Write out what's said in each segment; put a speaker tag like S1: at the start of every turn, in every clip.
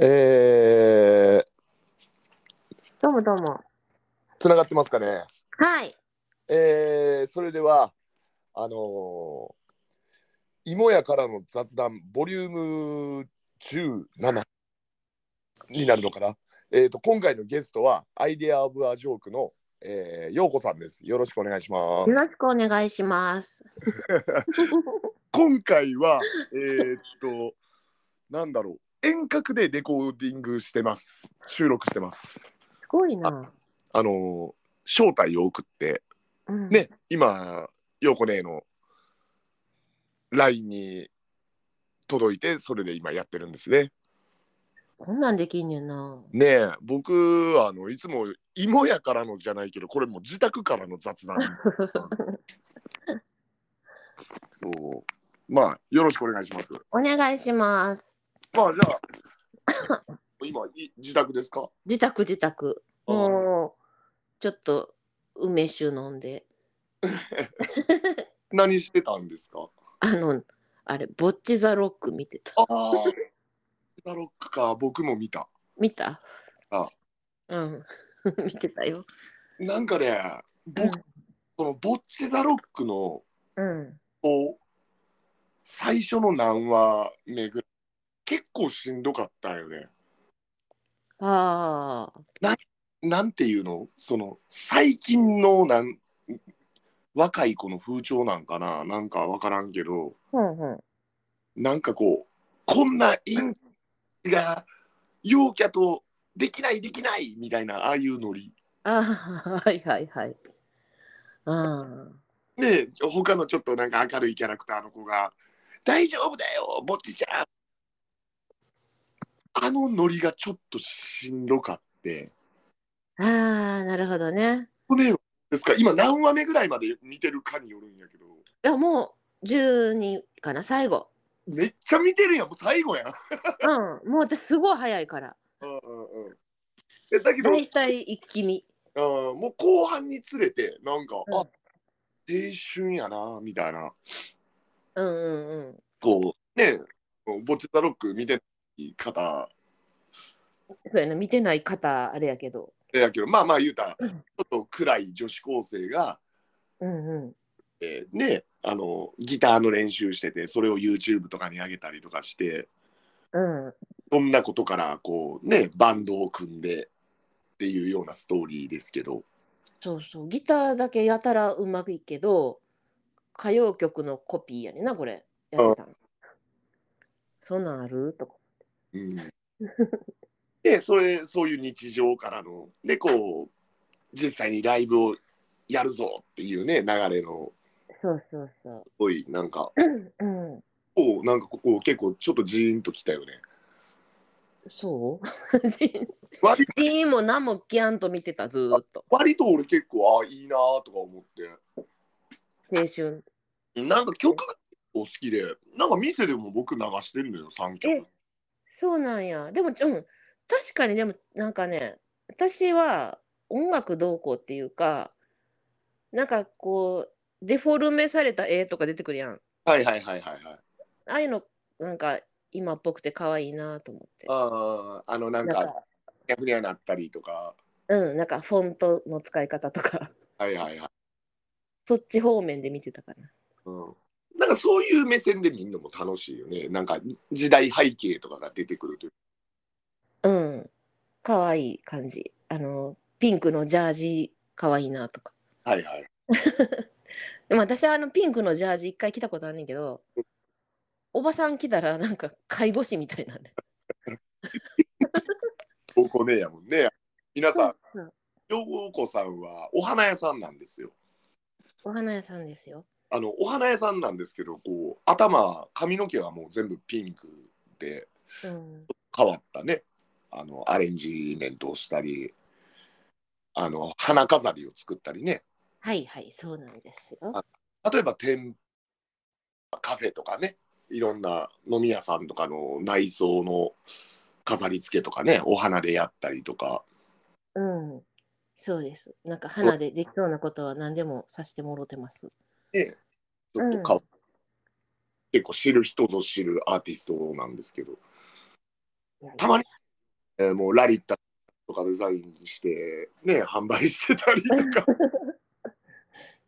S1: えー、
S2: どうもどうも。
S1: つながってますかね。
S2: はい。
S1: えー、それでは、あのー、芋屋からの雑談、ボリューム17になるのかな。えー、と今回のゲストは、アイデア・オブ・ア・ジョークの、えー、ようこさんです。よろしくお願いします
S2: よ。ろしくお願いします。
S1: 今回は、 えー、っと、なんだろう、遠隔でレコーディングしてます。収録してます。
S2: すごいな。
S1: あのー招待を送って、
S2: うん、
S1: ね、今、陽子姉の LINE に届いて、それで今やってるんですね。
S2: こんなんできんねんな。
S1: ねえ、僕、あのいつも芋屋からのじゃないけど、これもう自宅からの雑談。そう。まあ、よろしくお願いします。
S2: お願いします。
S1: まあ、じゃあ、今い、自宅ですか
S2: 自宅自宅。
S1: あー
S2: もう、ちょっと梅酒飲んで。
S1: 何してたんですか
S2: あの、あれ、ボッチザロック見てた。
S1: ああ、ザロックか、僕も見た。
S2: 見た
S1: あ
S2: うん。 見てたよ。
S1: なんかね、僕、このボッチザロックの
S2: うん。
S1: こう最初の何話目ぐらい結構しんどかったよね。
S2: ああ。
S1: なんていうのその最近のなん若い子の風潮なんかななんか分からんけど
S2: うんうん。
S1: なんかこうこんな陰気が陽キャとできないできないみたいなああいうノリ
S2: ああ、はいはいはい。あ
S1: で他のちょっとなんか明るいキャラクターの子が「大丈夫だよぼっちちゃん」あのノリがちょっとしんどかって。
S2: あ。ああ、なるほどね。
S1: 骨をですか今何話目ぐらいまで見てるかによるんやけど
S2: いや、もう、12かな、最後。
S1: めっちゃ見てるやんもう最後やん。
S2: うん、もう私すごい早いから。
S1: うんうんうんえだけど、
S2: 大体一気に。
S1: あーもう後半につれてなんか、
S2: うん
S1: あ青春やなみたいな
S2: うんうんうん。
S1: こうねボッチザロック見てない方
S2: そうやな、見てない方、あれやけど。
S1: やけどまあまあ言うたらち
S2: うん
S1: ょっと暗い女子高生が、
S2: うんうん。
S1: えーねあのギターの練習しててそれを YouTube とかに上げたりとかして。
S2: うん。
S1: そんなことからこうねバンドを組んでっていうようなストーリーですけど
S2: そうそう、ギターだけやたらうまくいけど。歌謡曲のコピーやねんな、これ。やってたん。そんなんあるとか。
S1: うん でそれそういう日常からのでこう実際にライブをやるぞっていうね流れの
S2: そうそうそ
S1: すごいなんか
S2: う。うん。
S1: おなんかここ結構ちょっとジーンときたよね
S2: そう ジ
S1: 割
S2: ーンも何もギャンと見てたずーっと
S1: 割と俺結構あいいなとか思っ
S2: 青春
S1: てなんか曲がお好きでなんか店でも僕流してるのよ3曲
S2: そうなんや。でも、うん、確かにでも、なんかね、私は音楽どうこうっていうか、なんかこう、デフォルメされた絵とか出てくるやん。
S1: はいはいはいはいはい
S2: ああいうの、なんか今っぽくて可愛いなと思って。
S1: あーあのなん
S2: な
S1: か
S2: んか、
S1: ふにゃふにゃなったりとか
S2: うん、なんかフォントの使い方とか、
S1: はいはいはい。
S2: そっち方面で見てたかな。
S1: うん。なんかそういう目線で見るのも楽しいよね。なんか時代背景とかが出てくるという。
S2: うん、可愛い感じ。あの、ピンクのジャージ、可愛いなとか。
S1: はいはい。
S2: でも私はあのピンクのジャージ一回着たことあんねんけど、おばさん着たらなんか介護士みた いなね。
S1: 高校ねやもんね。皆さん、
S2: うん
S1: 洋子さんはお花屋さんなんですよ。
S2: お花屋さんですよ。
S1: あのお花屋さんなんですけど、こう頭髪の毛はもう全部ピンクで
S2: うん、
S1: 変わったね。あのアレンジメントをしたり、あの花飾りを作ったりね。
S2: はいはい、そうなんですよ。
S1: 例えば店カフェとかねいろんな飲み屋さんとかの内装の飾り付けとかねお花でやったりとか
S2: うん、そうです。なんか花でできそうなことは何でもさせてもろてます。
S1: ちょっとか、
S2: うん
S1: 結構知る人ぞ知るアーティストなんですけどたまにえーもうラリッタとかデザインして、ね、販売してたりと か、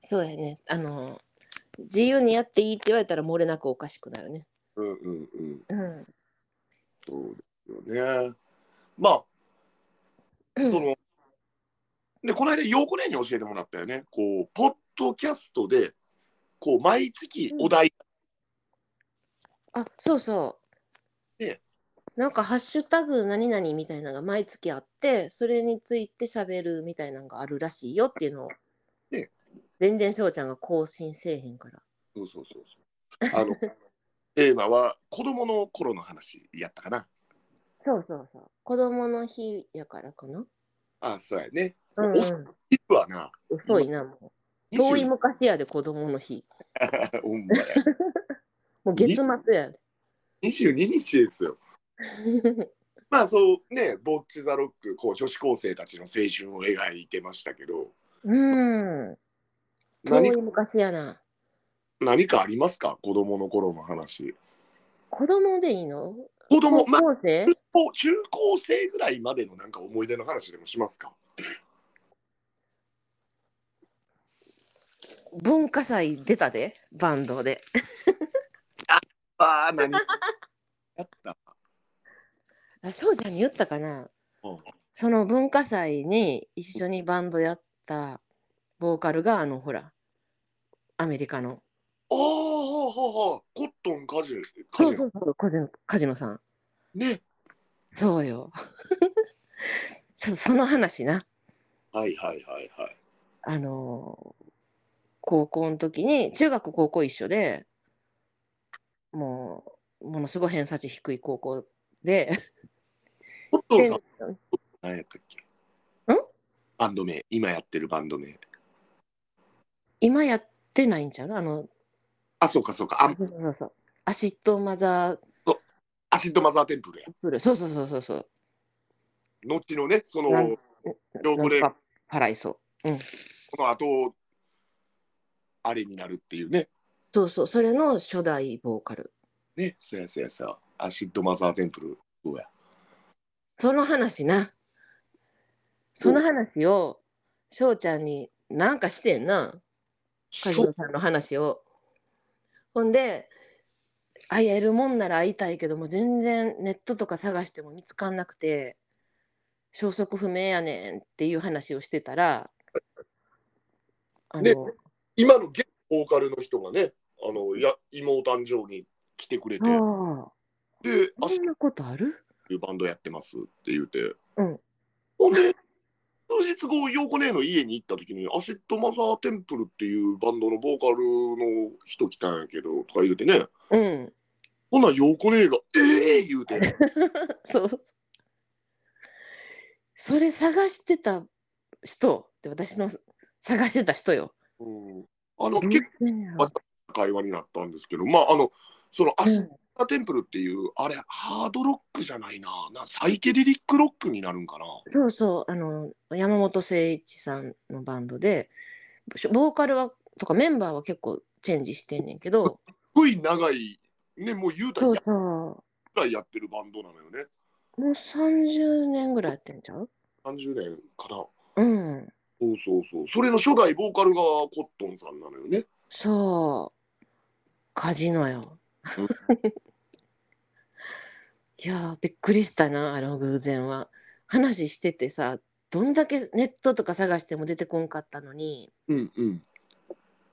S2: そうやね。あの、自由にやっていいって言われたら漏れなくおかしくなるね。
S1: うんうんうん、
S2: うん。
S1: そうですよね。まあ、
S2: うん
S1: その、で、この間、陽子姉に教えてもらったよね。こう、ポッドキャストで、こう、毎月お題、
S2: あ、そうそう。
S1: ね
S2: なんか、ハッシュタグ何々みたいなのが毎月あって、それについて喋るみたいなのがあるらしいよっていうのを、
S1: ね
S2: 全然翔ちゃんが更新せえへんから。
S1: そうそうそうそう。あの、 テーマは、子供の頃の話やったかな。
S2: そうそうそう。子供の日やからかな。
S1: あ、そうやね。
S2: うん、
S1: 遅
S2: うん。
S1: いわな。
S2: 遅いな、もう。遠い昔やで、子供の日。
S1: 20ほんまや
S2: もう月末やで。
S1: 22日ですよ。まあそうね、ボッチザロック、こう女子高生たちの青春を描いてましたけど、
S2: うん。遠い
S1: 何
S2: 昔やな。
S1: 何かありますか子供の頃の話。
S2: 子供でいいの
S1: 子供、まあ
S2: 高校生
S1: 中高中高生ぐらいまでのなんか思い出の話でもしますか
S2: 文化祭出たで、バンドで。
S1: ああ、何 やった。
S2: あ、翔ちゃんに言ったかな、
S1: うん
S2: その文化祭に一緒にバンドやったボーカルが、あの、ほら、アメリカの。
S1: ああ、ほうほうほうコットンカジュカ
S2: そう
S1: ジュ
S2: そうそう、カジノカジノさん。
S1: ね。
S2: そうよ。 ちょっとその話な。
S1: はいはいはいはい。
S2: あのー高校の時に中学高校一緒でもうものすごい偏差値低い高校で
S1: コットンさん
S2: で、
S1: 何やったっけ
S2: ん
S1: バンド名、今やってるバンド名。
S2: 今やってないんちゃうのあの
S1: あ、そうかそうか。あ
S2: そうそうそうアシッドマザー
S1: アシッドマザーテンプルや。
S2: プルそうそうそうそうそう
S1: 後のね、その、
S2: なん
S1: どこで
S2: なんとかパライソ
S1: この後、あれになるっていうね。
S2: そうそうそれの初代ボーカル
S1: ね、そやそやそや。アシッドマザーテンプル。そうや。
S2: その話なその話を翔ちゃんになんかしてんな梶
S1: そう
S2: 野さんの話を。ほんで会えるもんなら会いたいけども全然ネットとか探しても見つかんなくて消息不明やねんっていう話をしてたらあの、
S1: ね今の現ボーカルの人がね、あの、や妹誕生に来てくれて、
S2: あ
S1: で、
S2: あ
S1: アシッ
S2: そんなことある
S1: ドいうバンドやってますって言うて。
S2: うん
S1: ほんで、数日後、ヨーコ姉の家に行った時に、アシッドマザーテンプルっていうバンドのボーカルの人来たんやけど、とか言うてね。
S2: うん
S1: ほな、ヨーコ姉が、ええ言うて。
S2: そうそうそれ探してた人って私の探してた人よ。
S1: うん、あの、結構会話になったんですけど、まあ、あの、そのア
S2: う
S1: シ
S2: ん
S1: アテンプルっていう、あれ、ハードロックじゃないな、なサイケデリックロックになるんかな。
S2: そうそうあの山本誠一さんのバンドでボーカルはとかメンバーは結構チェンジしてんねんけど
S1: すごい長い、ね、もう言うたら
S2: そう
S1: やっ
S2: そう
S1: くらいやってるバンドなのよね。
S2: もう30年ぐらいやってんちゃう
S1: 30年かな。
S2: うん
S1: そうそうそう。それの初代ボーカルがコットンさんなのよね。
S2: そうカジノよ
S1: うん
S2: いやーびっくりしたなあの偶然は話しててさどんだけネットとか探しても出てこんかったのに
S1: うんうん。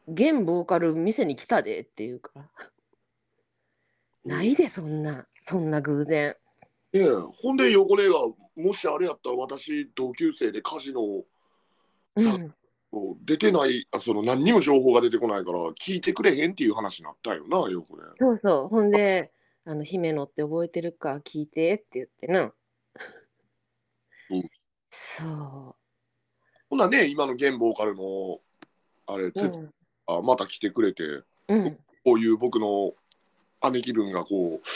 S2: 現ボーカル店に来たでっていうからないでそんなそんな偶然
S1: ねえほんで、横根が、もしあれやったら私、同級生でカジノを
S2: うん
S1: 出てない、あその何にも情報が出てこないから、聞いてくれへんっていう話になったよな、横根。
S2: そうそう。ほんで、あの、姫野って覚えてるか聞いてって言ってな。
S1: うん
S2: そ
S1: ほなね、今の現ボーカルの、あれ、
S2: う。
S1: つ
S2: うん
S1: あまた来てくれて、
S2: うん。
S1: こういう僕の姉貴分がこう、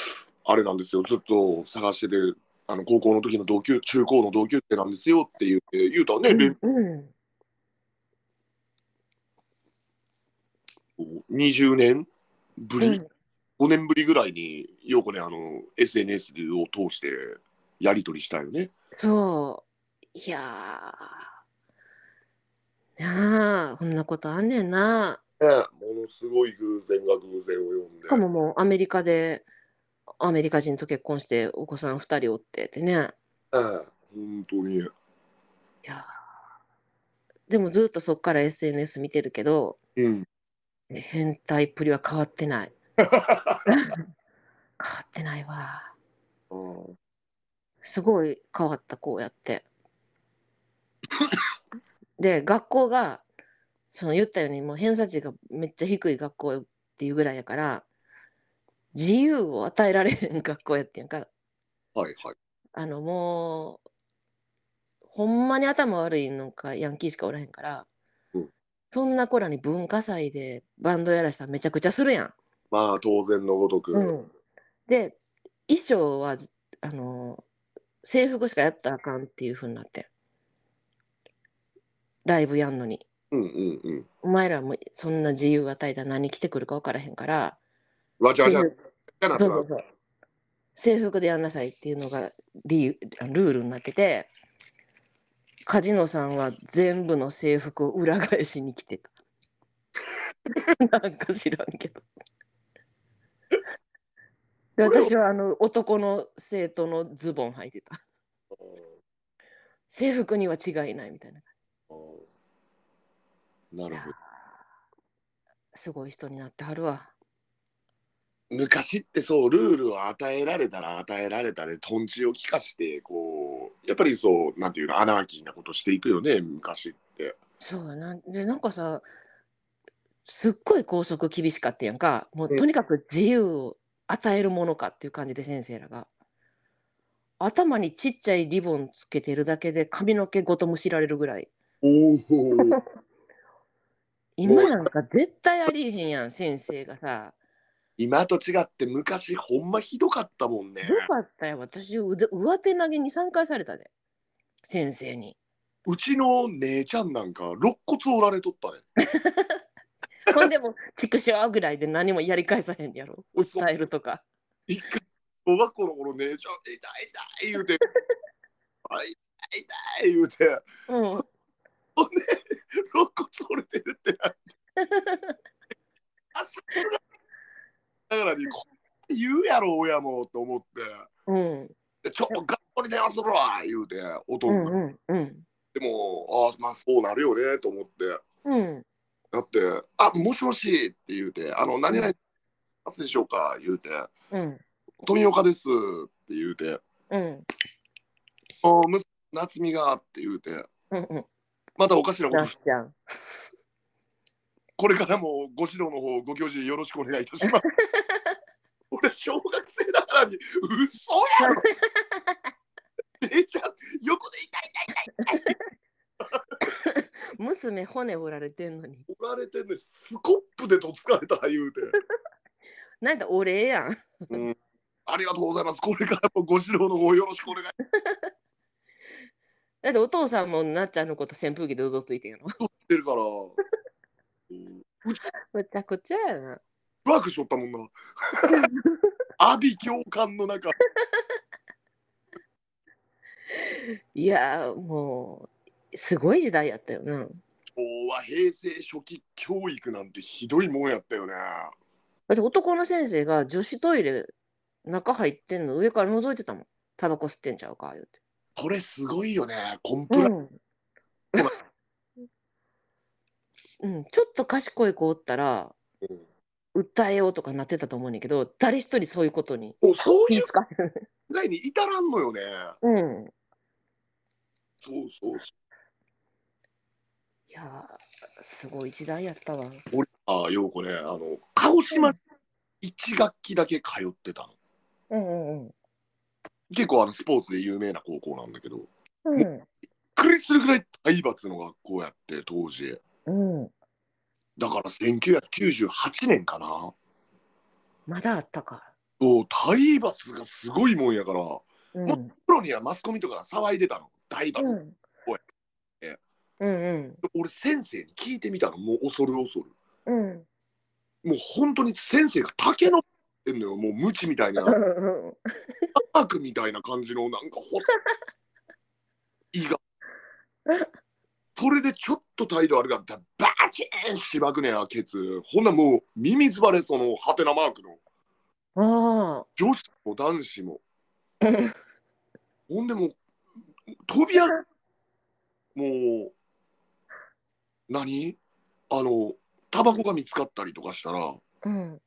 S1: あれなんですよ、ずっと探してて、あの高校の時の同級、中高の同級生なんですよって言うて、言うたらね、連
S2: うん。
S1: 20年ぶ
S2: う
S1: り
S2: ん、
S1: 5年ぶりぐらいに、ようこね、あの、SNS を通してやり取りしたよね。
S2: そう。いやー。なあ、こんなことあんねんな。
S1: ねものすごい偶然が偶然を呼んで
S2: しかももうアメリカで、アメリカ人と結婚してお子さん2人おってってね。
S1: ね本当に
S2: いやーでもずっとそっから SNS 見てるけど、
S1: うん
S2: 変態っぷりは変わってない。変わってないわ。
S1: うん
S2: すごい変わった子やって。で学校がその言ったようにもう偏差値がめっちゃ低い学校っていうぐらいやから自由を与えられへん学校やってんか
S1: はいはい
S2: あのもうほんまに頭悪いのかヤンキーしかおらへんから、
S1: うん
S2: そんな子らに文化祭でバンドやらしたらめちゃくちゃするやん。
S1: まあ当然のごとく、
S2: うん、で衣装はずあの制服しかやったらあかんっていうふうになってんライブやんのに
S1: うんうんうん
S2: お前らもそんな自由与えたら何着てくるか分からへんから
S1: わちゃわちゃわち
S2: 制服
S1: ゃな
S2: そ
S1: そうら
S2: そうそう制服でやんなさいっていうのが理由ルールになっててカジノさんは全部の制服を裏返しに着てた なんか知らんけど
S1: こ
S2: で
S1: れを
S2: 私はあの男の生徒のズボン履いてた制服には違いないみたいな
S1: うんなるほど
S2: すごい人になってはるわ
S1: 昔ってそうルールを与えられたら与えられたでとんちを利かしてこうやっぱりそうなんていうのアナーキーなことしていくよね昔 って
S2: そうやなでなんかさすっごい校則厳しかったやんかも
S1: う
S2: うんとにかく自由を与えるものかっていう感じで先生らが頭にちっちゃいリボンつけてるだけで髪の毛ごとむしられるぐらい
S1: おお
S2: 今なんか絶対ありえへんやん先生がさ
S1: 今と違って昔ほんまひどかったもんね
S2: よかったよ私腕上手投げに3回されたで先生に
S1: うちの姉ちゃんなんか肋骨折られとったね
S2: ほんで も「畜生」ぐらいで何もやり返さへんやろ
S1: おいそう
S2: 伝えるとか
S1: 一回小学校の頃姉ちゃん痛い痛い言う てあ痛い痛い言うて
S2: うん
S1: ほんで、肋骨折れてるってなって。あ、それだからね、こんなん言うやろ、親もと思っ
S2: うん
S1: て。で、ちょっと学校に電話するわ、言うて、音
S2: う
S1: が。
S2: んうんうん
S1: でも、あまあ、そうなるよね、と思って。
S2: うん
S1: だって、あ、もしもしって言うて、あの、何々、ますでしょうか、言うて、
S2: うん
S1: 富岡ですって言うて、
S2: うん
S1: あ、む夏美がって言うて、
S2: うんうん。
S1: またおかしなこ
S2: な
S1: と
S2: っ
S1: し、
S2: ちゃん。
S1: これからもご指導の方、ご教授よろしくお願いいたし ます。俺、小学生だからに、嘘やろ姉ちゃん、横で
S2: 娘骨折られてんのに。
S1: 痛いおられてんのに、スコップでとつかれた言うて、
S2: なんだお礼やん。
S1: うんありがとうございます。これからもご指導の方、よろしくお願い。
S2: だってお父さんもなっちゃんのこと扇風機でうどついてんの。
S1: してるから。うん
S2: むちゃくちゃやな。
S1: ワークしとったもん な。阿鼻教官の中、
S2: いやーもうすごい時代やったよな。
S1: 昭和平成初期教育なんてひどいもんやったよね。
S2: だって男の先生が女子トイレ中入ってんの上から覗いてたもん。タバコ吸ってんちゃうか言うて。
S1: これすごいよね。コンプラ
S2: うん。 うん、ちょっと賢い子おったら
S1: うん
S2: 訴えようとかなってたと思うねんだけど誰一人そういうことに
S1: おそう
S2: 気
S1: いう
S2: ぃ使ってない
S1: ぐらいに至らんのよね。
S2: うん
S1: そうそうそ
S2: いやーすごい時代やったわ。
S1: う。俺ああ、ようこね、あの、鹿児島、一学期だけ通ってたの。
S2: うんうん
S1: 結構あのスポーツで有名な高校なんだけど、
S2: うん。
S1: クリスるぐらい体罰の学校やって、当時。
S2: うん。うん。
S1: だから1998年かな。
S2: まだあったか。
S1: そう、体罰がすごいもんやから、
S2: うん。
S1: もプロにはマスコミとかが騒いでたの。体罰。
S2: うん。うん
S1: 俺、先生に聞いてみたの。もう恐る恐る。
S2: うん。うん。
S1: もう本当に先生が竹のってんのよ。もう無知みたいな。マークみたいな感じのなんか細いが。それでちょっと態度悪かったらバチーンしばくねやケツほんならもう耳ずばれそのハテナマークの
S2: あ
S1: 女子も男子もほんでもう飛び上がもう何あのタバコが見つかったりとかしたら
S2: あ。うん。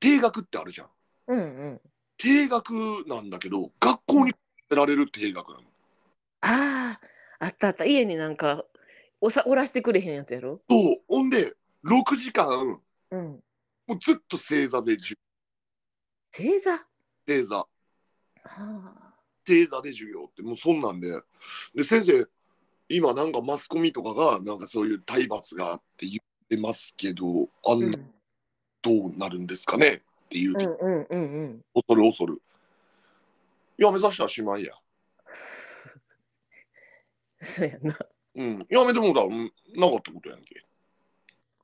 S1: 定額ってあるじゃん
S2: うんうん。
S1: 定額なんだけど学校に捨てられる定額なの
S2: ああ。あったあった。家になんか、おさ、おらしてくれへんやつやろ
S1: そうほんで6時間
S2: うん。
S1: もうずっと正座で授
S2: 正座。は
S1: 正座
S2: あ。
S1: 正座で授業ってもうそんなんでで先生今なんかマスコミとかがなんかそういう体罰がって言ってますけどあ
S2: うんん。
S1: などうなるんですかねっていう、
S2: うんうんうんうん。
S1: 恐る恐るいやめさしたらしまいや、
S2: そうやな。は
S1: うん、やめてもうたらうんなかったことやんけ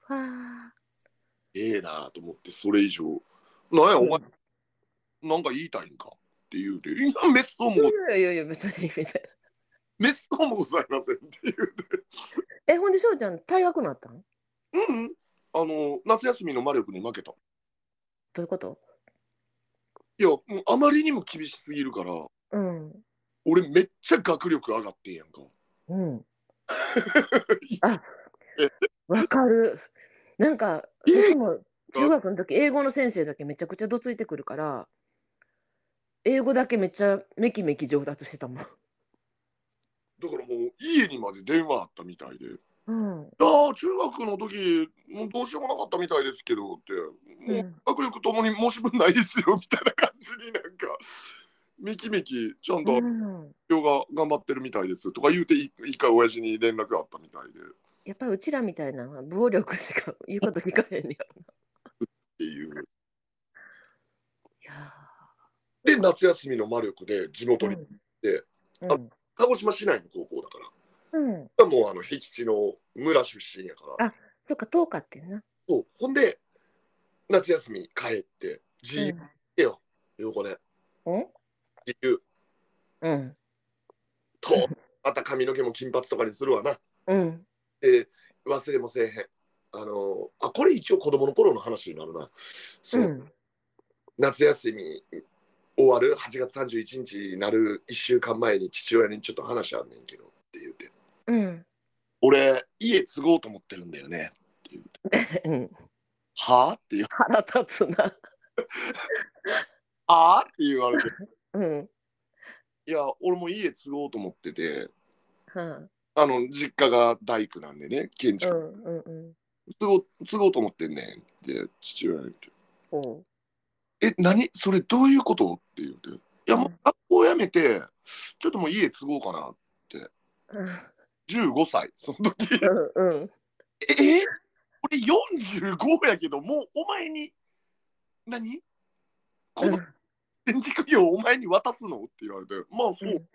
S2: あ。
S1: ええなと思ってそれ以上なんやお前
S2: う、
S1: なんか言いたいんかって言うて「いやめっそうも
S2: いやいやいや、別に、みたいな。
S1: めっそうもございません」って言うて
S2: え、ほんで、しょうちゃん、退学なったんど
S1: 「うんうんあの夏休みの魔力に負けた」
S2: ういうこと
S1: いや、もうあまりにも厳しすぎるから、
S2: うん。
S1: 俺めっちゃ学力上がってんやんか。
S2: うん。わかる。なんか、
S1: え
S2: 僕も中学の時、英語の先生だけめちゃくちゃどついてくるから、英語だけめっちゃめきめき上達してたもん。
S1: だからもう家にまで電話あったみたいで。い
S2: うん。
S1: やー中学の時、もうどうしようもなかったみたいですけどって、もう学力ともに申し分ないですよみたいな感じになんか、めきめきちゃんと
S2: うん
S1: 今日が頑張ってるみたいですとか言うて、い一回親父に連絡あったみたいで。っ
S2: やっぱりうちらみたいなのは暴力しか言うこと聞かへんね
S1: ていう。
S2: や。
S1: で、夏休みの魔力で地元
S2: い
S1: に、
S2: やー。
S1: で
S2: う
S1: あ
S2: ん。
S1: 鹿児島市内の高校だから。
S2: うん。うん。
S1: もうあの、僻地の村出身やから。
S2: あそっか、遠かってんな。
S1: そうほんで夏休み帰って自由でよ、横ね
S2: うん。
S1: 自由
S2: うん。
S1: とまた髪の毛も金髪とかにするわな
S2: うん。
S1: で忘れもせえへんあのあこれ一応子供の頃の話になるなそうう、
S2: ん。
S1: 夏休み終わる8月31日になる1週間前に父親にちょっと話あんねんけどって言うて
S2: うん。
S1: 「俺家継ごうと思ってるんだよね」って言うて
S2: うん。
S1: 「はあ?」って言う
S2: 腹立つな。
S1: 「はあ?」って言われて「
S2: うん。
S1: いや俺も家継ごうと思ってて」
S2: は
S1: あの実家が大工なんでね建
S2: あ。う
S1: 築
S2: ん。うん。うん。
S1: 継ごう継ごうと思ってんねんって父親に言って
S2: おう。
S1: 「え何それどういうこと?」って言うて「いやもう学校辞めてちょっともう家継ごうかな
S2: うん。
S1: 15歳その時
S2: うん。うん。
S1: え俺45やけどもうお前に何この建築業をお前に渡すの?」って言われて「まあそう」って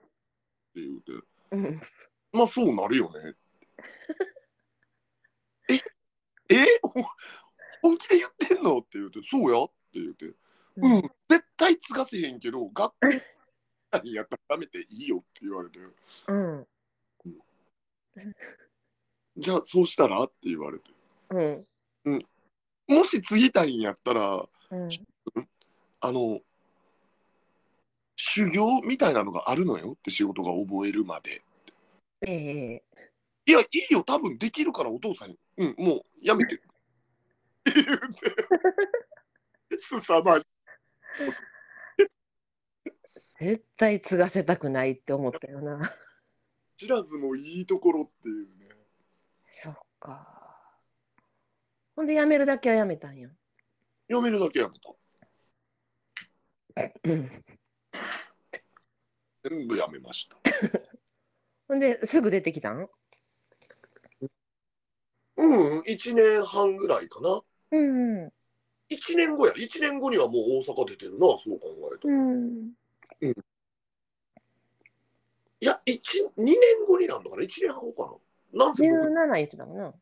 S1: 言うて
S2: うん。
S1: 「まあそうなるよね」え えほん本気で言ってんの?」って言うて「そうや」って言うて
S2: う
S1: うんん、絶対継がせへんけど、学校にやったらやめていいよって言われて、
S2: うん。
S1: じゃあそうしたらって言われて、
S2: うん。
S1: もし継ぎたいんやったら、
S2: うん。
S1: あの、修行みたいなのがあるのよって仕事が覚えるまで。
S2: ええ
S1: いや、いいよ、多分できるからお父さんに、うん、もうやめて。って 言って、すさまじ
S2: 絶対継がせたくないって思ったよな。
S1: 知らずもいいところっていうね。
S2: そっか。ほんで辞めるだけは辞めたんや。
S1: やめるだけやめた。
S2: うん。
S1: 全部やめました。
S2: ほんですぐ出てきたん
S1: うん、1年半ぐらいかな。
S2: うんう
S1: 1年後や1年後にはもう大阪出てるなそう考えたら、い
S2: ん。
S1: や1 2年後になんだから1年半後かななんせ
S2: 十
S1: 僕
S2: 七言ってたもんな。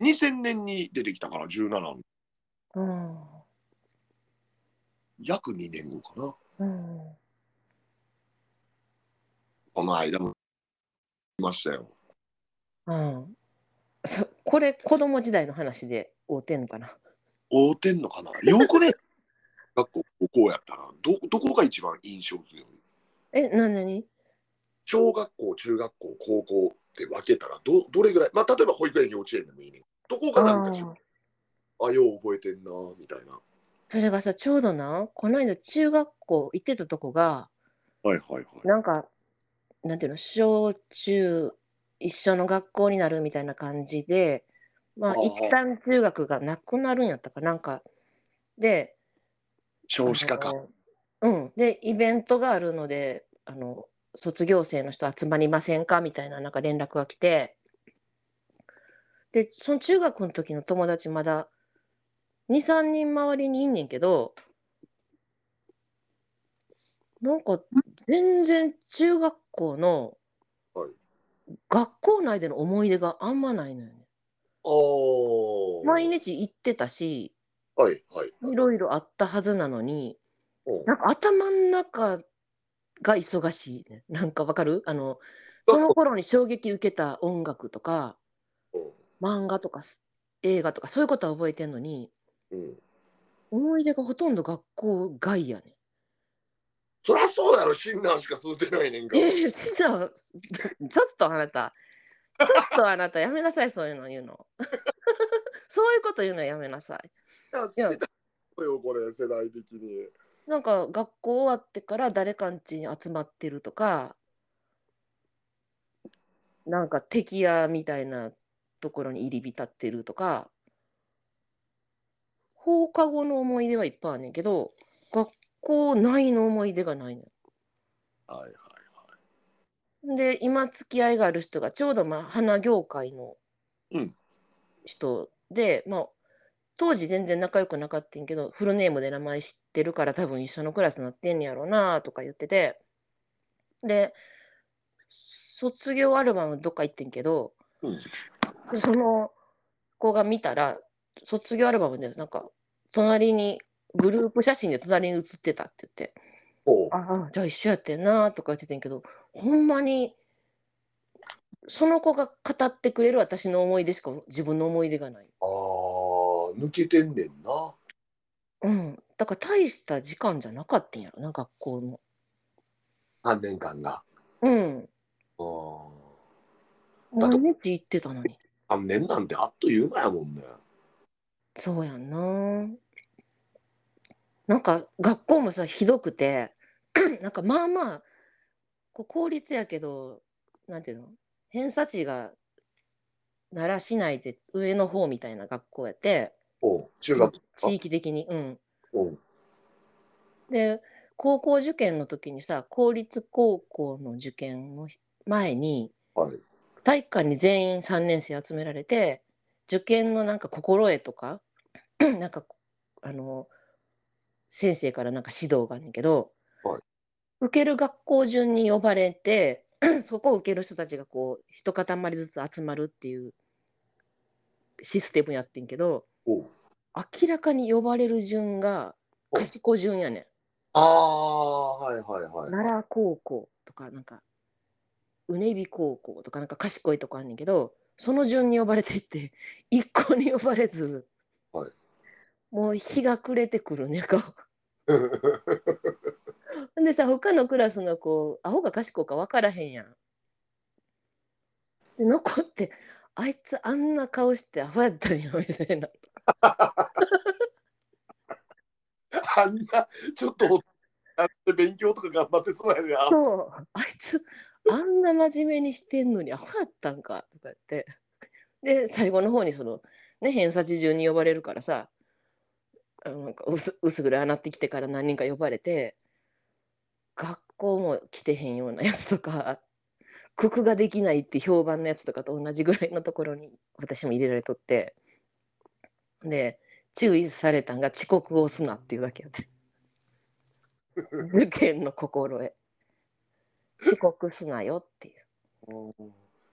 S1: 2000年に出てきたから17
S2: うん。
S1: 約2年後かな
S2: うん。
S1: この間もましたよ。
S2: うん。そこれ子供時代の話で合うてんのかな。
S1: 合うてんのかな よくね、学校、高校やったら、ど、どこが一番印象強い
S2: え、なになに
S1: 小学校、中学校、高校って分けたらど、どれぐらい、まあ、例えば保育園、幼稚園でもいいねんどこがなんか自分あ、よう覚えてんな、みたいな。
S2: それがさ、ちょうどな、この間中学校行ってたとこが、
S1: はいはいはい。
S2: なんか、なんていうの、小中一緒の学校になるみたいな感じで、まあ
S1: あ、ー
S2: 一旦中学がなくなるんやったかなんか。で、
S1: 少子化か
S2: あ。のうん。で、イベントがあるので、あの、卒業生の人集まりませんかみたいな、なんか連絡が来て。で、その中学の時の友達まだ2、3人周りにいんねんけど、なんか全然中学校の
S1: はい
S2: 学校内での思い出があんまないのよね。
S1: ああ。
S2: 毎日行ってたし、
S1: はいはい。
S2: いろいろあったはずなのに、
S1: うん
S2: なんか頭の中が忙しいね。なんかわかるあの、その頃に衝撃受けた音楽と
S1: う
S2: か、
S1: ん
S2: 漫画とかす映画とか、そういうことは覚えてんのに、
S1: うん。
S2: 思い出がほとんど学校外やね。
S1: そりゃそうやろ、シンナーしか吸うてないねんから。
S2: ええちょっとちょっとあなた、ちょっとあなたやめなさい、そういうの言うの。 そういうこと言うのやめなさい。
S1: シンナー吸ってたよ、これ、世代的に。
S2: なんか学校終わってから誰かん家に集まってるとかなんか敵屋みたいなところに入り浸ってるとか放課後の思い出はいっぱいあんねんけど学校内の思い出がないの
S1: はいはいはい。
S2: よ。で今付き合いがある人がちょうどまあ花業界の
S1: うん
S2: 人で、まあ当時全然仲良くなかったんけどフルネームで名前知ってるから多分一緒のクラスになってんねやろなとか言っててで卒業アルバムどっか行ってんけど
S1: うん、
S2: でその子が見たら卒業アルバムでなんか隣にグループ写真で隣に写ってたって言って
S1: おう
S2: ああじゃあ一緒やってんなとか言っててんけどほんまにその子が語ってくれる私の思い出しか自分の思い出がない。
S1: ああ、抜けてんねんな。
S2: うん、だから大した時間じゃなかったんやろな学校の。
S1: 3年間が。
S2: うん。
S1: あだと
S2: 毎日行ってたのに。
S1: あ。3年なんてあっという間やもんね。
S2: そうやんな。なんか学校もさひどくて なんかまあまあこう公立やけどなんていうの偏差値が奈良市内で上の方みたいな学校やって
S1: おう中学。
S2: 地域的に。うん、
S1: おう
S2: で高校受験の時にさ公立高校の受験の前に、
S1: はい
S2: 体育館に全員3年生集められて受験のなんか心得とか なんかあの先生からなんか指導があるんだけど、
S1: はい
S2: 受ける学校順に呼ばれて そこを受ける人たちがこう一塊ずつ集まるっていうシステムやってんけど
S1: おう
S2: 明らかに呼ばれる順が賢順やねん。
S1: ああ、はいはいはい。
S2: 奈良高校とかなんかうねび高校とかなんか賢いとこあんねんけどその順に呼ばれていって 一個に呼ばれず、
S1: はい
S2: もう日が暮れてくるねこ
S1: は
S2: う でさ他のクラスの子アホか賢いか分からへんやん。で残ってあいつあんな顔してアホやったんやみたいな。
S1: あんな、ちょっと、あって勉強とか頑張ってそうやねあ
S2: そうあいつあんな真面目にしてんのにアホやったんかとか言ってで最後の方にその、ね、偏差値順に呼ばれるからさあのなんか薄薄暗いなってきてから何人か呼ばれて学校も来てへんようなやつとか 九九ができないって評判のやつとかと同じぐらいのところに私も入れられとってで注意されたんが遅刻をすなっていうだけやって受験の心得遅刻すなよっていう。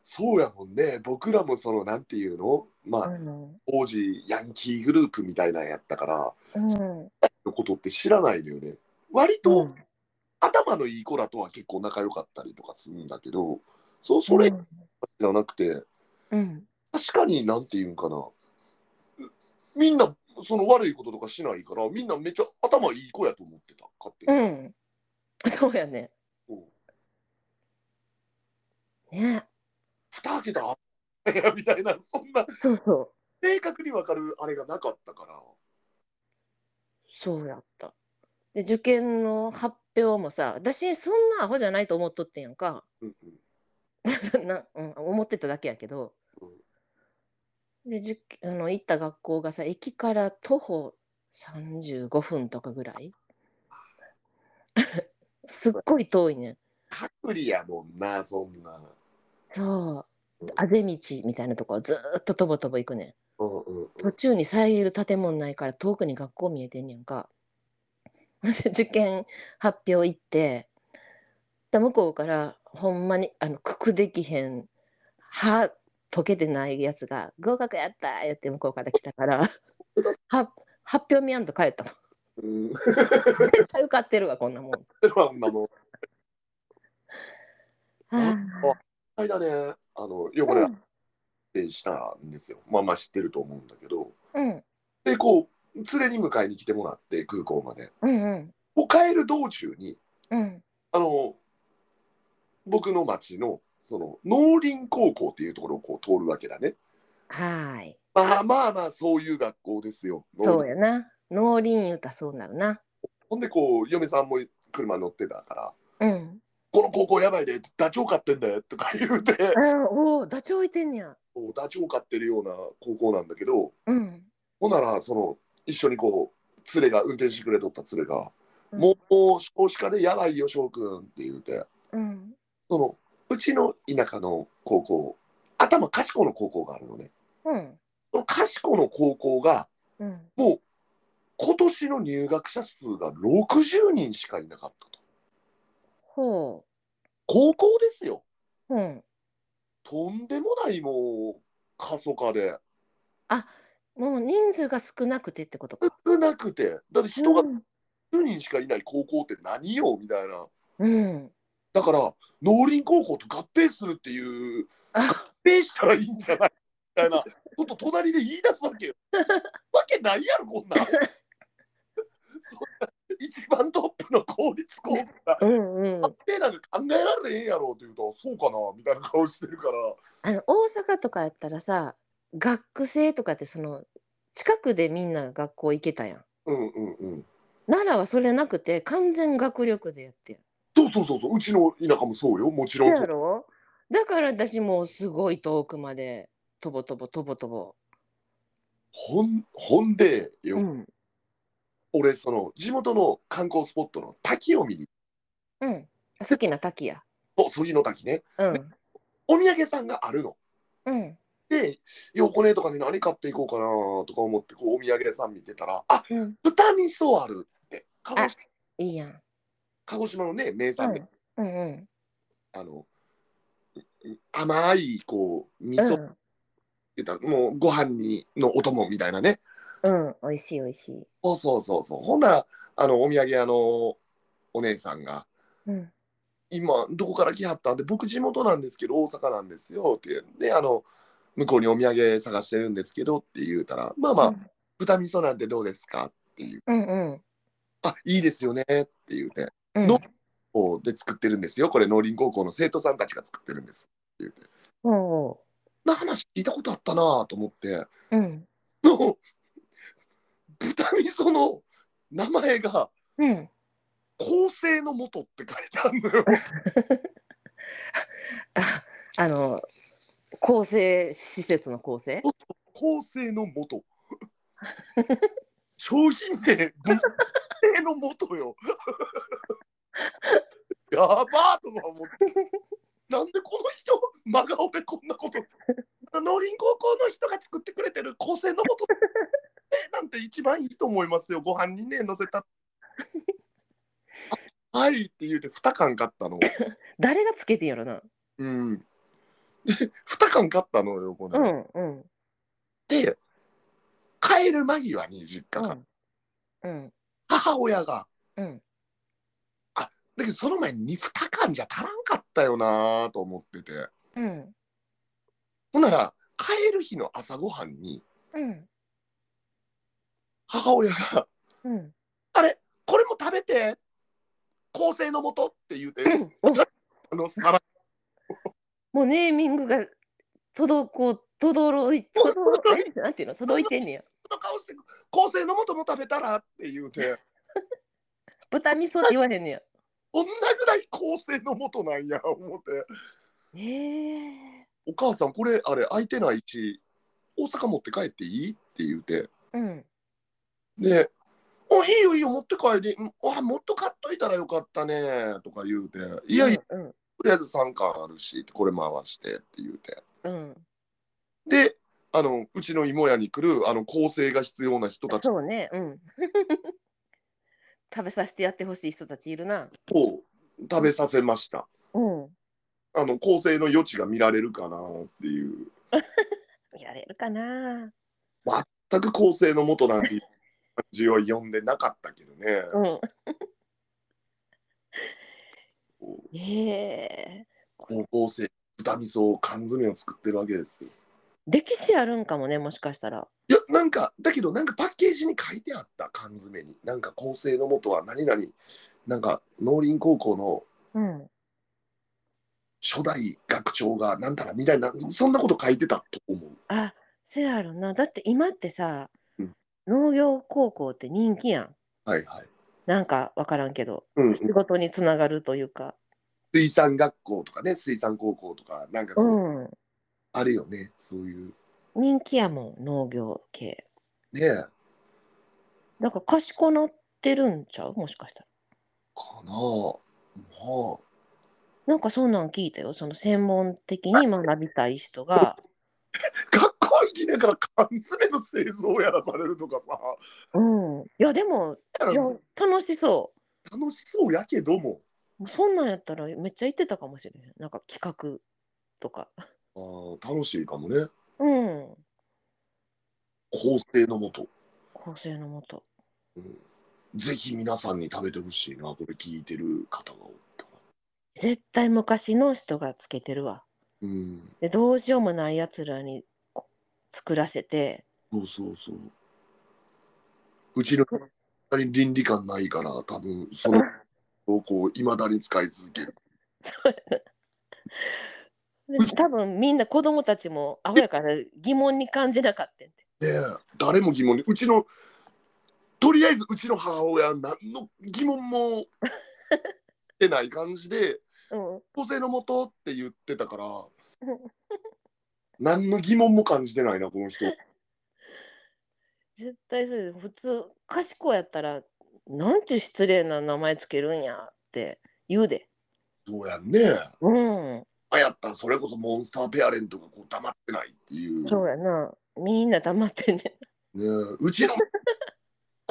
S1: そうやもんね。僕らもその、なんていうのまあ、当時、ヤンキーグループみたいなんやったから、
S2: うん
S1: のことって知らないのよね。割と、頭のいい子らとは結構仲良かったりとかするんだけど、そうそれ
S2: う
S1: じ
S2: ん
S1: ゃなくて、
S2: うん
S1: 確かになんていうんかなみんなその悪いこととかしないからみんなめっちゃ頭いい子やと思ってた勝手
S2: う
S1: に、
S2: んそうやね
S1: うん、
S2: ね
S1: 蓋開けたらあいや みたいなそんな
S2: そうそう
S1: 正確に分かるあれがなかったから
S2: そうやったで受験の発表もさ私そんなアホじゃないと思っとってんやんか
S1: うんうん
S2: な、うん、思ってただけやけど
S1: うん
S2: で受あの行った学校がさ駅から徒歩35分とかぐらい すっごい遠いねん
S1: 隔離やもんなそんな
S2: そう
S1: うん
S2: あぜ道みたいなとこをずーっととぼとぼ行くね
S1: うんうんうん
S2: ん途中に遮る建物ないから遠くに学校見えてんねやんか で受験発表行ってで向こうからほんまにあのくくできへん歯溶けてないやつが「合格やった!」やって向こうから来 たからは発表見やんと帰ったもん
S1: うん
S2: 絶 対受かってるわこんなもん。
S1: そんなもん
S2: あ
S1: 間ねあの
S2: ー
S1: よくねしたんですよまあまあ知ってると思うんだけど
S2: うん
S1: でこう連れに迎えに来てもらって空港まで
S2: うんうん
S1: こう帰る道中に
S2: うん
S1: あの僕の町のその農林高校っていうところをこう通るわけだね。
S2: はーい
S1: まあまあまあそういう学校ですよ。
S2: そうやな農林言うたらそうなるな。
S1: ほんでこう嫁さんも車乗ってたから
S2: うん
S1: 「この高校やばいでダチョウ飼ってんだよ」とか言うて
S2: あーおおダチョウいてんねや。
S1: こうダチョウ飼ってるような高校なんだけど
S2: うん。
S1: ほんならその一緒にこう連れが運転してくれとった連れが「
S2: うん
S1: もう少子化でやばいよ翔くん」って言うて
S2: うん。
S1: そのうちの田舎の高校頭賢の高校があるのね。
S2: うん。
S1: その賢の高校が
S2: うん。
S1: もう今年の入学者数が60人しかいなかったと。
S2: ほ
S1: 高校ですよ。
S2: う。うん。
S1: とんでもないもう過疎化で
S2: あ、もう人数が少なくてってことか。
S1: 少なくてだって人が
S2: うん。
S1: 10人しかいない高校って何よみたいな
S2: うん、
S1: だから農林高校と合併するっていう
S2: あ、
S1: 合併したらいいんじゃないみたいなこと隣で言い出すわけよわけないやろこんなんそんな一番トップの公立高校が
S2: うんうん。
S1: 合併なんか考えられへんやろって言うとそうかなみたいな顔してるから
S2: あの大阪とかやったらさ、学生とかってその近くでみんな学校行けたやん。
S1: うんうんうん
S2: 奈良はそれなくて完全学力でやってん。
S1: そうそうそうそううちの田舎もそうよもちろん
S2: そ
S1: そう
S2: うやろだから私もうすごい遠くまでとぼとぼとぼとぼ。
S1: ほんほんでよ、
S2: うん。
S1: 俺その地元の観光スポットの滝を見に
S2: うん。好きな滝や。
S1: と杉の滝ね
S2: うん。
S1: お土産屋さんがあるの
S2: うん。
S1: で横根とかに何買っていこうかなとか思ってこうお土産屋さん見てたらあ
S2: うん。
S1: 豚味噌あるって鹿児
S2: いいやん。
S1: 鹿児島のね名
S2: う
S1: 産で、
S2: ん。うんうん。
S1: あのう甘いこう味噌、言ったらもうご飯にのお供みたいなね
S2: うん、うん、美味しい美味しい。
S1: そうそうそうそうほんならあのお土産屋のお姉さんが
S2: うん、
S1: 今どこから来はったんで僕地元なんですけど大阪なんですよってであの向こうにお土産探してるんですけどって言うたらまあまあ、豚味噌なんてどうですかっていう
S2: うん、うん、
S1: あいいですよねって言うて
S2: うん、
S1: のこうで作ってるんですよこれ農林高校の生徒さんたちが作ってるんですって言うて
S2: おう
S1: な話聞いたことあったなぁと思って
S2: おう、うん、
S1: の豚味噌の名前が
S2: うん。
S1: 「構成の元」って書いてあるのよ。
S2: あ、 あの構成施設の構成。
S1: 構成の元商品名構成の元よ やばーとか思ってなんでこの人真顔でこんなこと農林高校の人が作ってくれてる構成の元えなんて一番いいと思いますよご飯にね乗せたあはいって言うて2缶買ったの
S2: 誰がつけてんやろな。
S1: うんで2缶買ったのよこ
S2: う
S1: れ、
S2: ん、うん、
S1: で帰る間際に実家
S2: う
S1: から
S2: ん、うん、
S1: 母親が
S2: うん。
S1: だけどその前に2缶じゃ足らんかったよなと思ってて
S2: うん。
S1: ほんなら帰る日の朝ごはんに
S2: うん。
S1: 母親が
S2: うん。
S1: 「あれこれも食べて構成のもと」って言うて
S2: お
S1: あの皿
S2: もうネーミングが届こう、届い、
S1: もう
S2: 届い、なんていうの、届いてんねや。
S1: の顔して「構成のもとも食べたら」って言うて
S2: 豚味噌って言わへんねや。
S1: 同じぐらい構成のもとなんや思って
S2: ええ
S1: 「お母さんこれあれ空いてないし大阪持って帰っていい?」って言うて
S2: うん。
S1: で「あいいよいいよ持って帰りんあもっと買っといたらよかったね」とか言うて「いやいや
S2: うん。
S1: とりあえず3巻あるしこれ回して」って言うて
S2: うん。
S1: であのうちの芋屋に来るあの構成が必要な人たち
S2: そうね。うん。 食べさせてやってほしい人たちいるな。
S1: を食べさせました
S2: うん。
S1: あの構成の余地が見られるかなっていう
S2: 見られるかな。
S1: 全く構成の元なんていう感じは読んでなかったけどね、
S2: うん。ええ
S1: 高校生豚味噌缶詰を作ってるわけですよ
S2: 歴史あるんかもね、もしかしたら。
S1: いやなんかだけどなんかパッケージに書いてあった缶詰になんか構成の元は何々なんか農林高校の
S2: うん。
S1: 初代学長がなんたらみたいなそんなこと書いてたと思う
S2: あ、せやろな。だって今ってさ
S1: うん、
S2: 農業高校って人気やん。
S1: はいはい、
S2: なんかわからんけど、
S1: うんうん
S2: 仕事につながるというか。
S1: 水産学校とかね水産高校とかなんかこう、
S2: うん。
S1: あるよねそういう
S2: 人気やもん、農業系。
S1: ねえ
S2: なんか賢なってるんちゃうもしかしたら。
S1: かなあまあ
S2: なんかそんなん聞いたよ。その専門的に学びたい人が。
S1: 学校行きながら缶詰の製造やらされるとかさ
S2: うん。いや、でも、いや楽しそ
S1: 楽しそうやけども
S2: う。もうそんなんやったらめっちゃ言ってたかもしれへん。なんか企画と か。
S1: あー楽しいかもね
S2: うん。
S1: 構成のもと
S2: 構成のもと。
S1: ぜひ皆さんに食べてほしいなこれ聞いてる方がおったら
S2: 絶対昔の人がつけてるわ。
S1: うん
S2: で、どうしようもないやつらにこ作らせて。
S1: そうそうそううちの二人倫理観ないから多分その投稿いまだに使い続ける
S2: で多分みんな子供たちもアホやから疑問に感じなかったんて。
S1: ねえ誰も疑問にうちのとりあえずうちの母親は何の疑問もしてない感じで
S2: うん。
S1: 「構成のもと」って言ってたから
S2: ん
S1: 何の疑問も感じてないなこの人
S2: 絶対そうです普通賢いやったらなんて失礼な名前つけるんやって言うで
S1: そうやんね
S2: うん
S1: あやったらそれこそモンスターペアレントがこう黙ってないっていう
S2: そうやなみんな黙ってんね
S1: ねえうちの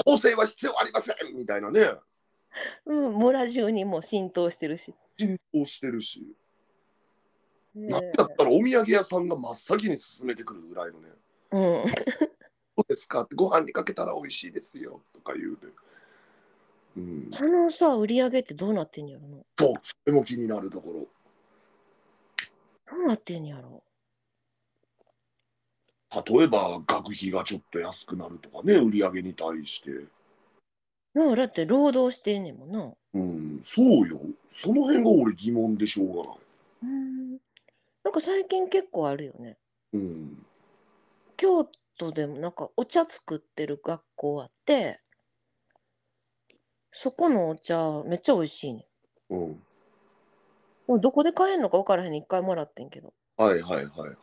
S1: 構成は必要ありませんみたいなね
S2: うん村中にもう浸透してるし、
S1: 浸透してるし、
S2: ね
S1: なんだったらお土産屋さんが真っ先に進めてくるぐらいのね
S2: うん
S1: どうですかってご飯にかけたら美味しいですよとか言うて、うん、
S2: そのさ売り上げってどうなってんやろな
S1: とそれも気になるところ
S2: どうなってんやろ
S1: 例えば学費がちょっと安くなるとかね売り上げに対して、
S2: なあだって労働してんねんもんな
S1: うん、そうよその辺が俺疑問でしょうがない、
S2: うんなんか最近結構あるよね
S1: うん、
S2: 京都でもなんかお茶作ってる学校あってそこのお茶めっちゃ美味しいねん
S1: うん、
S2: もうどこで買えんのか分からへん一回もらってんけど。
S1: はいはいはいはい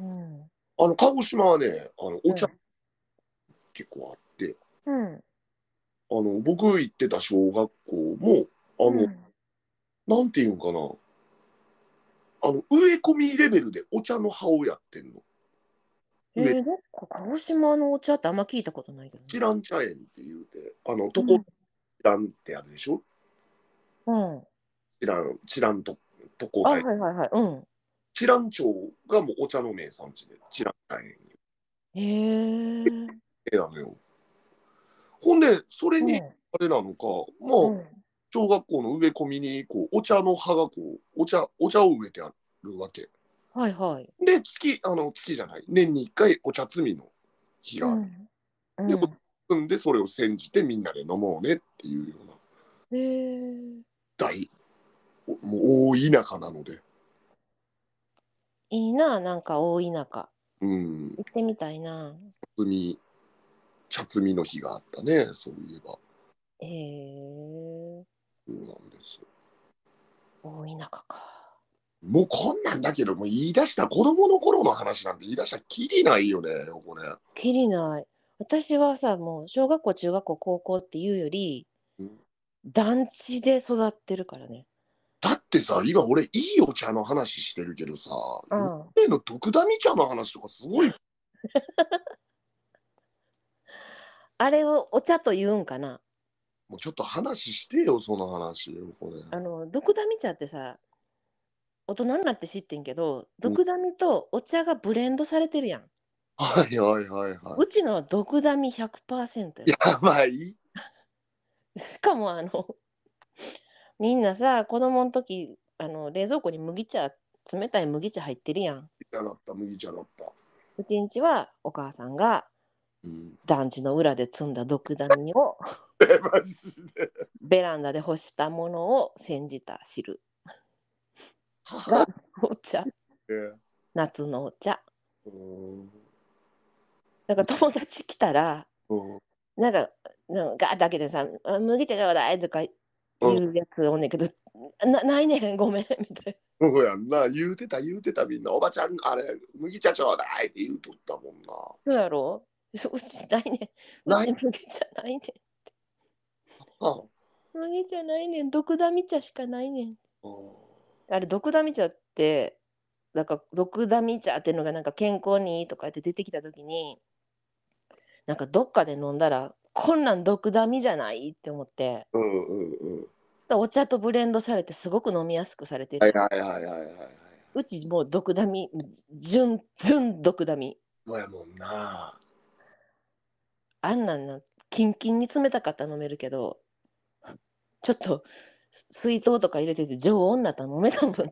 S2: うん。
S1: あの鹿児島はねあのお茶
S2: うん
S1: 結構あって、
S2: うん。
S1: あの僕行ってた小学校もあの、なんていうんかなあの植え込みレベルでお茶の葉をやってんの
S2: えー、なんか鹿児島のお茶ってあんま聞いたことないけどね、
S1: 一蘭茶園って言うて、あの、とこ、ちらんってあるでしょ
S2: うん。
S1: ちらん、ちらんと、とこ
S2: あ、
S1: が
S2: はい、はいはい。うん。
S1: ちらん町がもうお茶の名産地で、ちらん茶園に。
S2: へえー。
S1: ええなのよ。ほんで、それ
S2: うん
S1: に、あれなのか、まあ、小学校の植え込みにこうお茶の葉がこうお茶お茶を植えてあるわけ
S2: はいはい。
S1: で月あの月じゃない年に1回お茶摘みの日があ
S2: う
S1: る、
S2: んうん
S1: でん、でそれを煎じてみんなで飲もうねっていうような
S2: へえ
S1: 大おもう大田舎なので
S2: いいな、なんか大田舎。
S1: うん
S2: 行ってみたいな。
S1: 摘み茶摘みの日があったねそういえば
S2: へえ
S1: そうなんですよ
S2: 大田舎か。
S1: もうこんなんだけどもう言い出したら子供の頃の話なんて言い出したらきりないよねこれ、
S2: きりない。私はさ、もう小学校、中学校、高校っていうより、
S1: うん
S2: 団地で育ってるからね。
S1: だってさ今俺いいお茶の話してるけどさ、
S2: うん。
S1: 例のドクダミ茶の話とかすごい
S2: あれをお茶と言うんかな。
S1: もうちょっと話してよその話よこれ
S2: あの、ドクダミ茶ってさ、大人になって知ってんけど、ドクダミとお茶がブレンドされてるやん。
S1: はいはいはいは
S2: うちのはドクダミ100%
S1: い
S2: よ。
S1: やばい
S2: しかもあの、 みんなさ、子供の時、あの、冷蔵庫に麦茶、冷たい麦茶入ってるやん。
S1: 茶だった麦茶だった、
S2: うちんちはお母さんが
S1: うん、
S2: 団地の裏で摘んだドクダミを
S1: えマジで
S2: ベランダで干したものを煎じた汁
S1: はっ
S2: お茶
S1: て
S2: 夏のお茶
S1: うん
S2: なんか友達来たら
S1: うん
S2: なんかなんかガーッだけでさあ「麦茶ちょうだい」とか言うやつおんねんけど「なないねんごめん」みたい
S1: そうやんな言うてた言うてたみんなおばちゃんあれ麦茶ちょうだいって言うとったもんな
S2: な「そうやろうちないねん
S1: な
S2: う
S1: い
S2: ち麦茶ないねん
S1: あ
S2: 麦茶ないねんドクダミ茶しかないねん」
S1: うん
S2: あれ、ドクダミ茶って、なんか、ドクダミ茶っていうのが、なんか、健康にいいとかって出てきたときに、なんか、どっかで飲んだら、こんなんドクダミじゃないって思って、
S1: うんうんうん
S2: お茶とブレンドされて、すごく飲みやすくされて
S1: はい
S2: る。
S1: はいはいはいはいはいう
S2: ち、もう、ドクダミ、純、純ドクダミ。
S1: そうやもんな
S2: あんなんな、キンキンに冷たかったら飲めるけど、ちょっと、す水筒とか入れてて、常温になったら飲めたもんちゃう。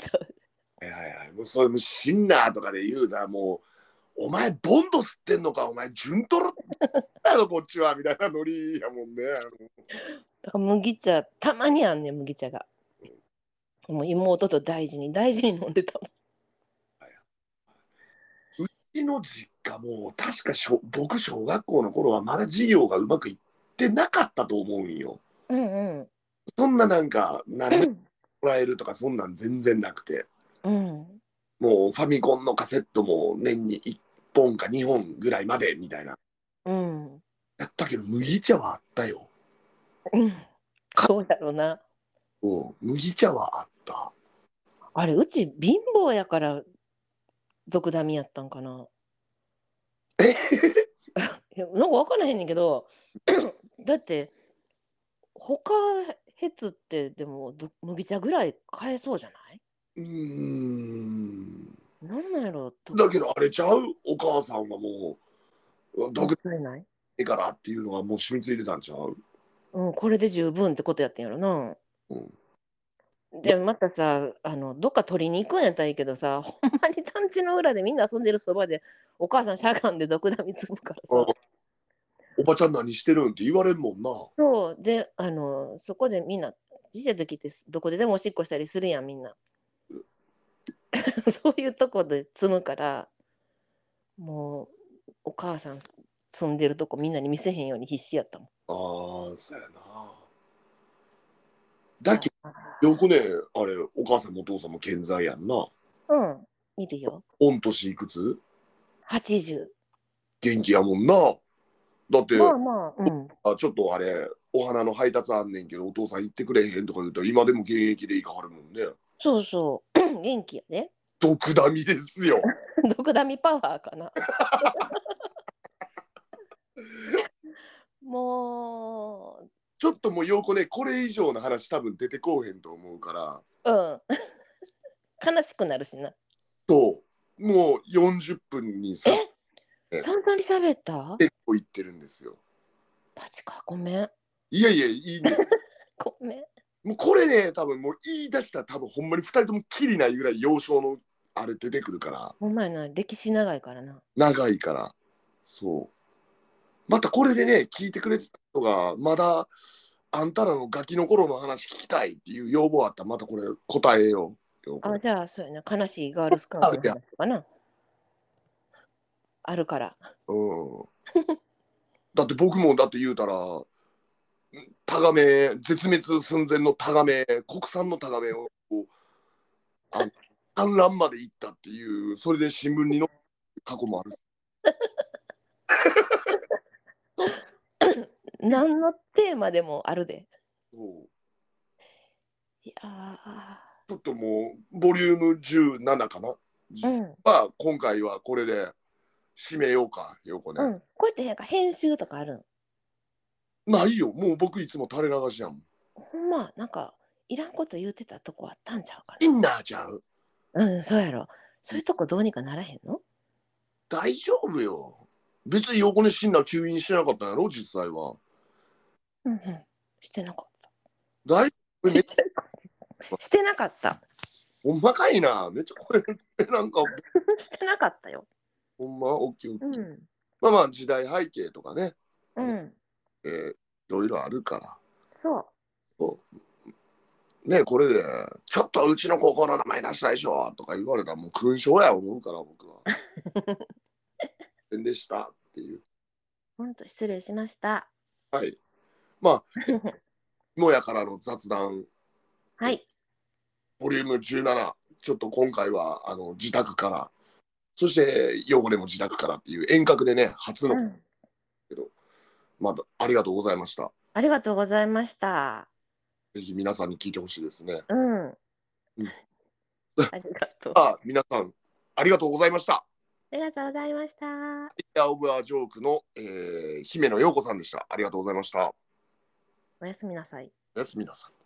S1: はいはいはいもうそれもうシンナーとかで言うなもうお前ボンド吸ってんのかお前順トロだろこっちはみたいなノリやもんね
S2: だから麦茶たまにあんねん麦茶がもう妹と大事に大事に飲んでたもん
S1: うちの実家も確か小僕小学校の頃はまだ授業がうまくいってなかったと思うんよ
S2: うん
S1: そんななんか何
S2: う
S1: でも
S2: ん
S1: らえるとかそんなん全然なくて
S2: うん
S1: もうファミコンのカセットも年に1本か2本ぐらいまでみたいな
S2: うん
S1: やったけど麦茶はあったよ
S2: うんそうやろな
S1: うん麦茶はあった
S2: あれうち貧乏やから毒ダミやったんかな
S1: え
S2: いやなんか分からへんねんけど だって他ヘツってでもど麦茶ぐらい買えそうじゃないう
S1: ーん
S2: なんなんやろ
S1: だけどあれちゃうお母さんはもう
S2: ど
S1: 毒
S2: ない、
S1: えからっていうのはもう染みついてたんちゃう
S2: うん、これで十分ってことやってんやろな
S1: うん
S2: でまたさあのどっか取りに行くんやったらいいけどさほんまに団地の裏でみんな遊んでるそばでお母さんしゃがんで毒ダミつぶからさ、
S1: うんおばちゃん何してるんって言われんもんな
S2: そうであのそこでみんなちっちゃい時ってどこででもおしっこしたりするやんみんな そういうとこで積むからもうお母さん積んでるとこみんなに見せへんように必死やったもん
S1: ああそうやなだけ
S2: あ
S1: どよくねあれお母さんもお父さんも健在やんな
S2: うんいるよ
S1: 御年いくつ
S2: 80
S1: 元気やもんなだって、
S2: まあまあうん
S1: あ、ちょっとあれお花の配達あんねんけどお父さん行ってくれへんとか言うと今でも現役でいかはるもんね
S2: そうそう 元気やね
S1: 毒ダミですよ
S2: 毒ダミパワー かな。も
S1: ちょっともうようこねこれ以上の話多分出てこうへんと思うから
S2: う、うん。 悲しくなるしな。
S1: ともう40分にさえ
S2: えそんなに喋った
S1: 結構いってるんですよ
S2: マジか、ごめん。
S1: いやいやいいんです
S2: ごめん。
S1: もうこれね、多分もう言い出したら多分ほんまに2人ともきりないぐらい幼少のあれ出てくるから、
S2: ほんまやな、歴史長いからな。
S1: 長いから。そう。またこれでね、聞いてくれてた人が、まだあんたらのガキの頃の話聞きたいっていう要望あったら、またこれ答えようよ。
S2: あ、じゃあ、そうやな、悲しいガールスカウトの話とかな。あるから。
S1: うん。だって僕もだって言うたら、タガメ、絶滅寸前のタガメ、国産のタガメを、あの産卵まで行ったっていう、それで新聞に載って過去もある。
S2: 何のテーマでもあるで。
S1: そう
S2: いや
S1: ちょっともう、ボリューム17かな、
S2: ーうん。
S1: は、今回はこれで締めようか、ようこね。
S2: うん。こうやってなんか編集とかあるん
S1: ないよ、もう僕いつも垂れ流しやもん。
S2: ほんま、なんか、いらんこと言うてたとこあったんちゃうか
S1: インナーちゃう
S2: な。うん、そうやろ。そういうとこどうにかならへんの
S1: 大丈夫よ。別に横にシンナー吸引してなかったんやろ、実際は。
S2: うんうん。してなかっ
S1: 大
S2: た。
S1: めっ
S2: してなかった。
S1: ほんまかいな。めっちゃこれ、なんか、
S2: してなかったよ。
S1: ほんま、大きい。
S2: うん。
S1: まあまあ、時代背景とかね、
S2: うん。
S1: えーいろいろあるから。
S2: そう。
S1: ねこれで、ちょっとうちの高校の名前出したでしょとか言われたら、もう勲章や思うから、僕 は。変でしたっていう。
S2: ほんと失礼しました。
S1: はい。まあ、もやからの雑談、
S2: はい。
S1: ボリューム17。ちょっと今回は、あの、自宅から、そして、汚れも自宅からっていう遠隔でね、初の、
S2: うん。
S1: まだ、ありがとうございました。
S2: ありがとうございました。
S1: ぜひ皆さんに聞いてほしいですね。
S2: うん。ありがとう。あ
S1: さあ、皆さん、ありがとうございました。
S2: りがとうございました。
S1: エアオブアジョークの、えー姫野陽子さんでした。ありがとうございました。
S2: おやすみなさい。
S1: おやすみなさい。